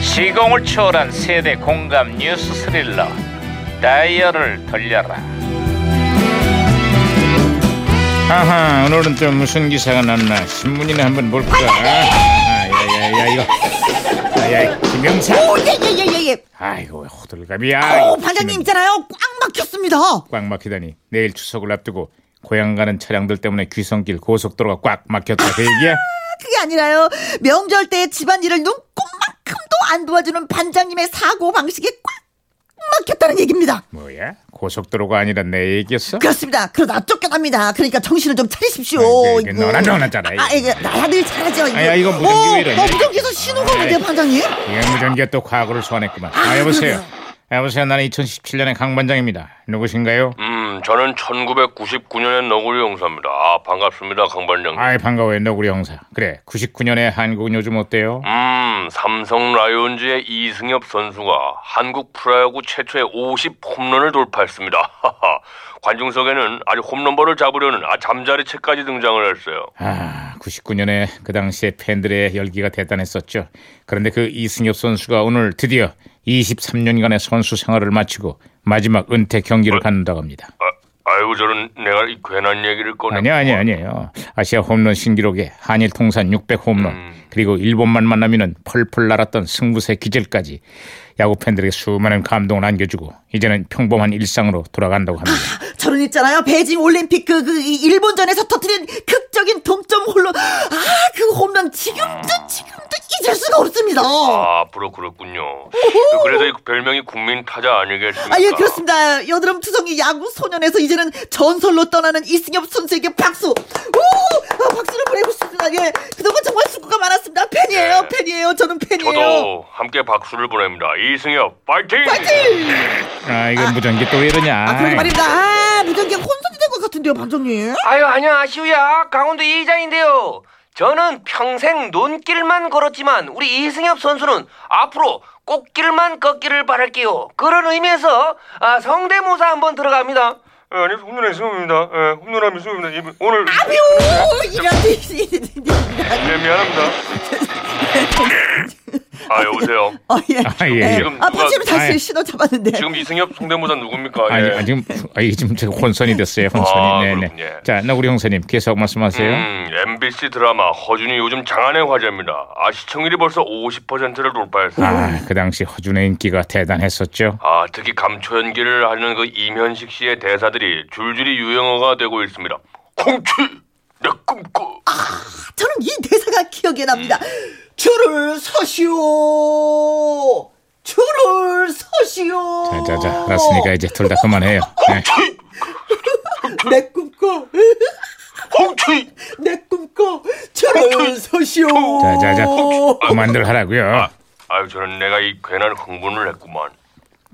시공을 초월한 세대 공감 뉴스 스릴러 다이얼을 돌려라 아하 오늘은 또 무슨 기사가 났나 신문이나 한번 볼까 아, 아야야야 이거 아, 야야 김영사 예예예예예. 아이고 호들갑이야 어 반장님 있잖아요. 꽉 막혔습니다. 꽉 막히다니 내일 추석을 앞두고 고향 가는 차량들 때문에 귀성길 고속도로가 꽉 막혔다 그 얘기야 그게 아니라요. 명절 때 집안일을 눈꼽만큼도 안 도와주는 반장님의 사고 방식에 꽉 막혔다는 얘기입니다. 뭐야 고속도로가 아니라 내 얘기였어 그렇습니다. 그러다 쫓겨납니다. 그러니까 정신을 좀 차리십시오. 아이고, 이게 이거. 너나 너나 잘해, 이거. 아, 이거 나야 늘 잘하죠. 이거. 아야, 이거 무전기 왜 이러냐, 어, 이거. 무전기에서 신호가 아이. 오는데 반장님. 예, 무전기가 또 과거를 소환했구만. 아, 아, 여보세요. 그러게요. 여보세요. 나는 2017년의 강반장입니다. 누구신가요? 음, 저는 1999년의 너구리 형사입니다. 아, 반갑습니다, 강반장님. 아이, 반가워요. 너구리 형사. 그래, 99년의 한국은 요즘 어때요? 음, 삼성 라이온즈의 이승엽 선수가 한국 프로야구 최초의 50 홈런을 돌파했습니다. 하하. 관중석에는 아주 홈런볼을 잡으려는 아, 잠자리채까지 등장을 했어요. 아, 99년에 그 당시에 팬들의 열기가 대단했었죠. 그런데 그 이승엽 선수가 오늘 드디어 23년간의 선수 생활을 마치고 마지막 은퇴 경기를 갖는다고 합니다. 아, 아이고, 저는 내가 이 괜한 얘기를 꺼내. 아니요, 아니요, 아니에요. 아시아 홈런 신기록에 한일 통산 600 홈런, 그리고 일본만 만나면은 펄펄 날았던 승부세 기질까지 야구 팬들에게 수많은 감동을 안겨주고 이제는 평범한 일상으로 돌아간다고 합니다. 저는 있잖아요. 베이징 올림픽 그, 그 이- 일본전에서 터뜨린 극적인 동점 홀로 아 그 홈런 지금도 지금도 잊을 수가 없습니다. 아, 앞으로 그렇군요. 그래서 이 별명이 국민 타자 아니겠습니까? 아 예 그렇습니다. 여드름 투성이 야구 소년에서 이제는 전설로 떠나는 이승엽 선수에게 박수. 오 아, 박수를 보내고 싶습니다. 예 그동안 정말 수고가 많았습니다. 팬이에요, 팬이에요. 저는 팬이에요. 저도 함께 박수를 보냅니다. 이승엽, 파이팅! 파이팅! 아, 이거 무전기 또 왜 이러냐? 아 그러게 말입니다. 아 무전기 혼선이 된 것 같은데요, 반장님. 아유 안녕하시오야 강원도 이장인데요 저는 평생 논길만 걸었지만 우리 이승엽 선수는 앞으로 꽃길만 걷기를 바랄게요 그런 의미에서 아, 성대모사 한번 들어갑니다 예, 아니, 홈런의 승우입니다. 예, 홈런함이 승우입니다. 오늘 아유 이런 네, 미안합니다. 아 여보세요. 어예. 아, 예. 지금 아 누가- 박지민 아이. 다시 신호 잡았는데. 지금 이승엽 성대모사 누굽니까? 예. 아니, 아, 지금 아, 이게 지금 제가 혼선이 됐어요. 혼선이. 아, 네네. 그렇군요. 자, 나구리 형사님 계속 말씀하세요. 음, MBC 드라마 허준이 요즘 장안의 화제입니다. 아 시청률이 벌써 50%를 돌파했어요. 아, 그 당시 허준의 인기가 대단했었죠. 아 특히 감초 연기를 하는 그 이면식 씨의 대사들이 줄줄이 유행어가 되고 있습니다. 콩치 내 꿈꿔. 저는 이 대사가 기억에 납니다. 줄을 서시오. 줄을 서시오. 자, 자, 자, 알았으니까 이제 둘 다 그만해요. 네. 내 꿈꿔, 콩치 내 꿈꿔, 줄을 서시오. 자, 자, 자, 그만들 하라고요. 아유 저는 내가 이 괜한 흥분을 했구만.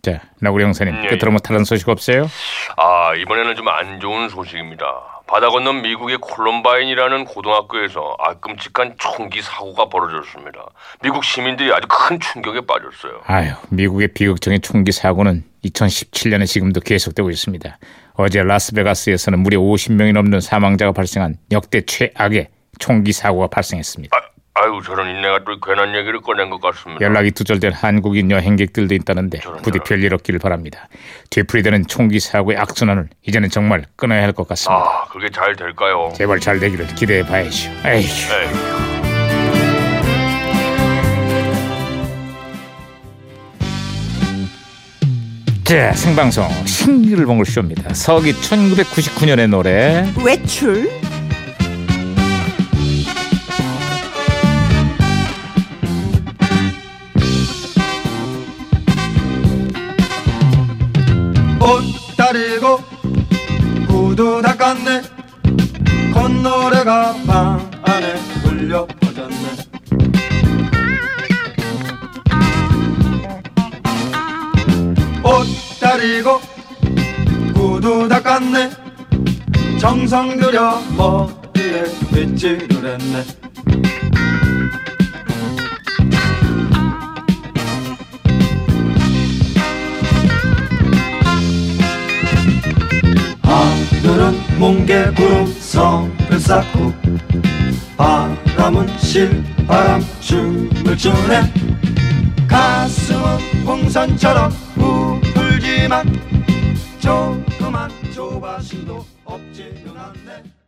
자, 나구리 형사님 예, 끝으로 뭐 다른 소식 없어요? 아, 이번에는 좀 안 좋은 소식입니다. 바다 건너 미국의 콜럼바인이라는 고등학교에서 아 끔찍한 총기 사고가 벌어졌습니다. 미국 시민들이 아주 큰 충격에 빠졌어요. 아유, 미국의 비극적인 총기 사고는 2017년에 지금도 계속되고 있습니다. 어제 라스베가스에서는 무려 50명이 넘는 사망자가 발생한 역대 최악의 총기 사고가 발생했습니다. 아, 아유, 저런 인내가 또 괜한 얘기를 꺼낸 것 같습니다. 연락이 두절된 한국인 여행객들도 있다는데 저런, 부디 저런. 별일 없기를 바랍니다. 되풀이되는 총기 사고의 악순환을 이제는 정말 끊어야 할 것 같습니다. 아, 그게 잘 될까요? 네. 제발 잘 되기를 기대해 봐야죠. 에휴. 에이. 자, 생방송 신기를 봉을 쇼입니다. 서기 1999년의 노래 외출. 옷 다리고 구두 닦았네 콧노래가 방 안에 울려 퍼졌네 옷 다리고 구두 닦았네 정성 들여 머리에 빗질을 했네 하늘은 뭉게구름 성을 쌓고 바람은 실바람 춤을 추네 가슴은 풍선처럼 부풀지만 조그만 조바심도 없지는 않네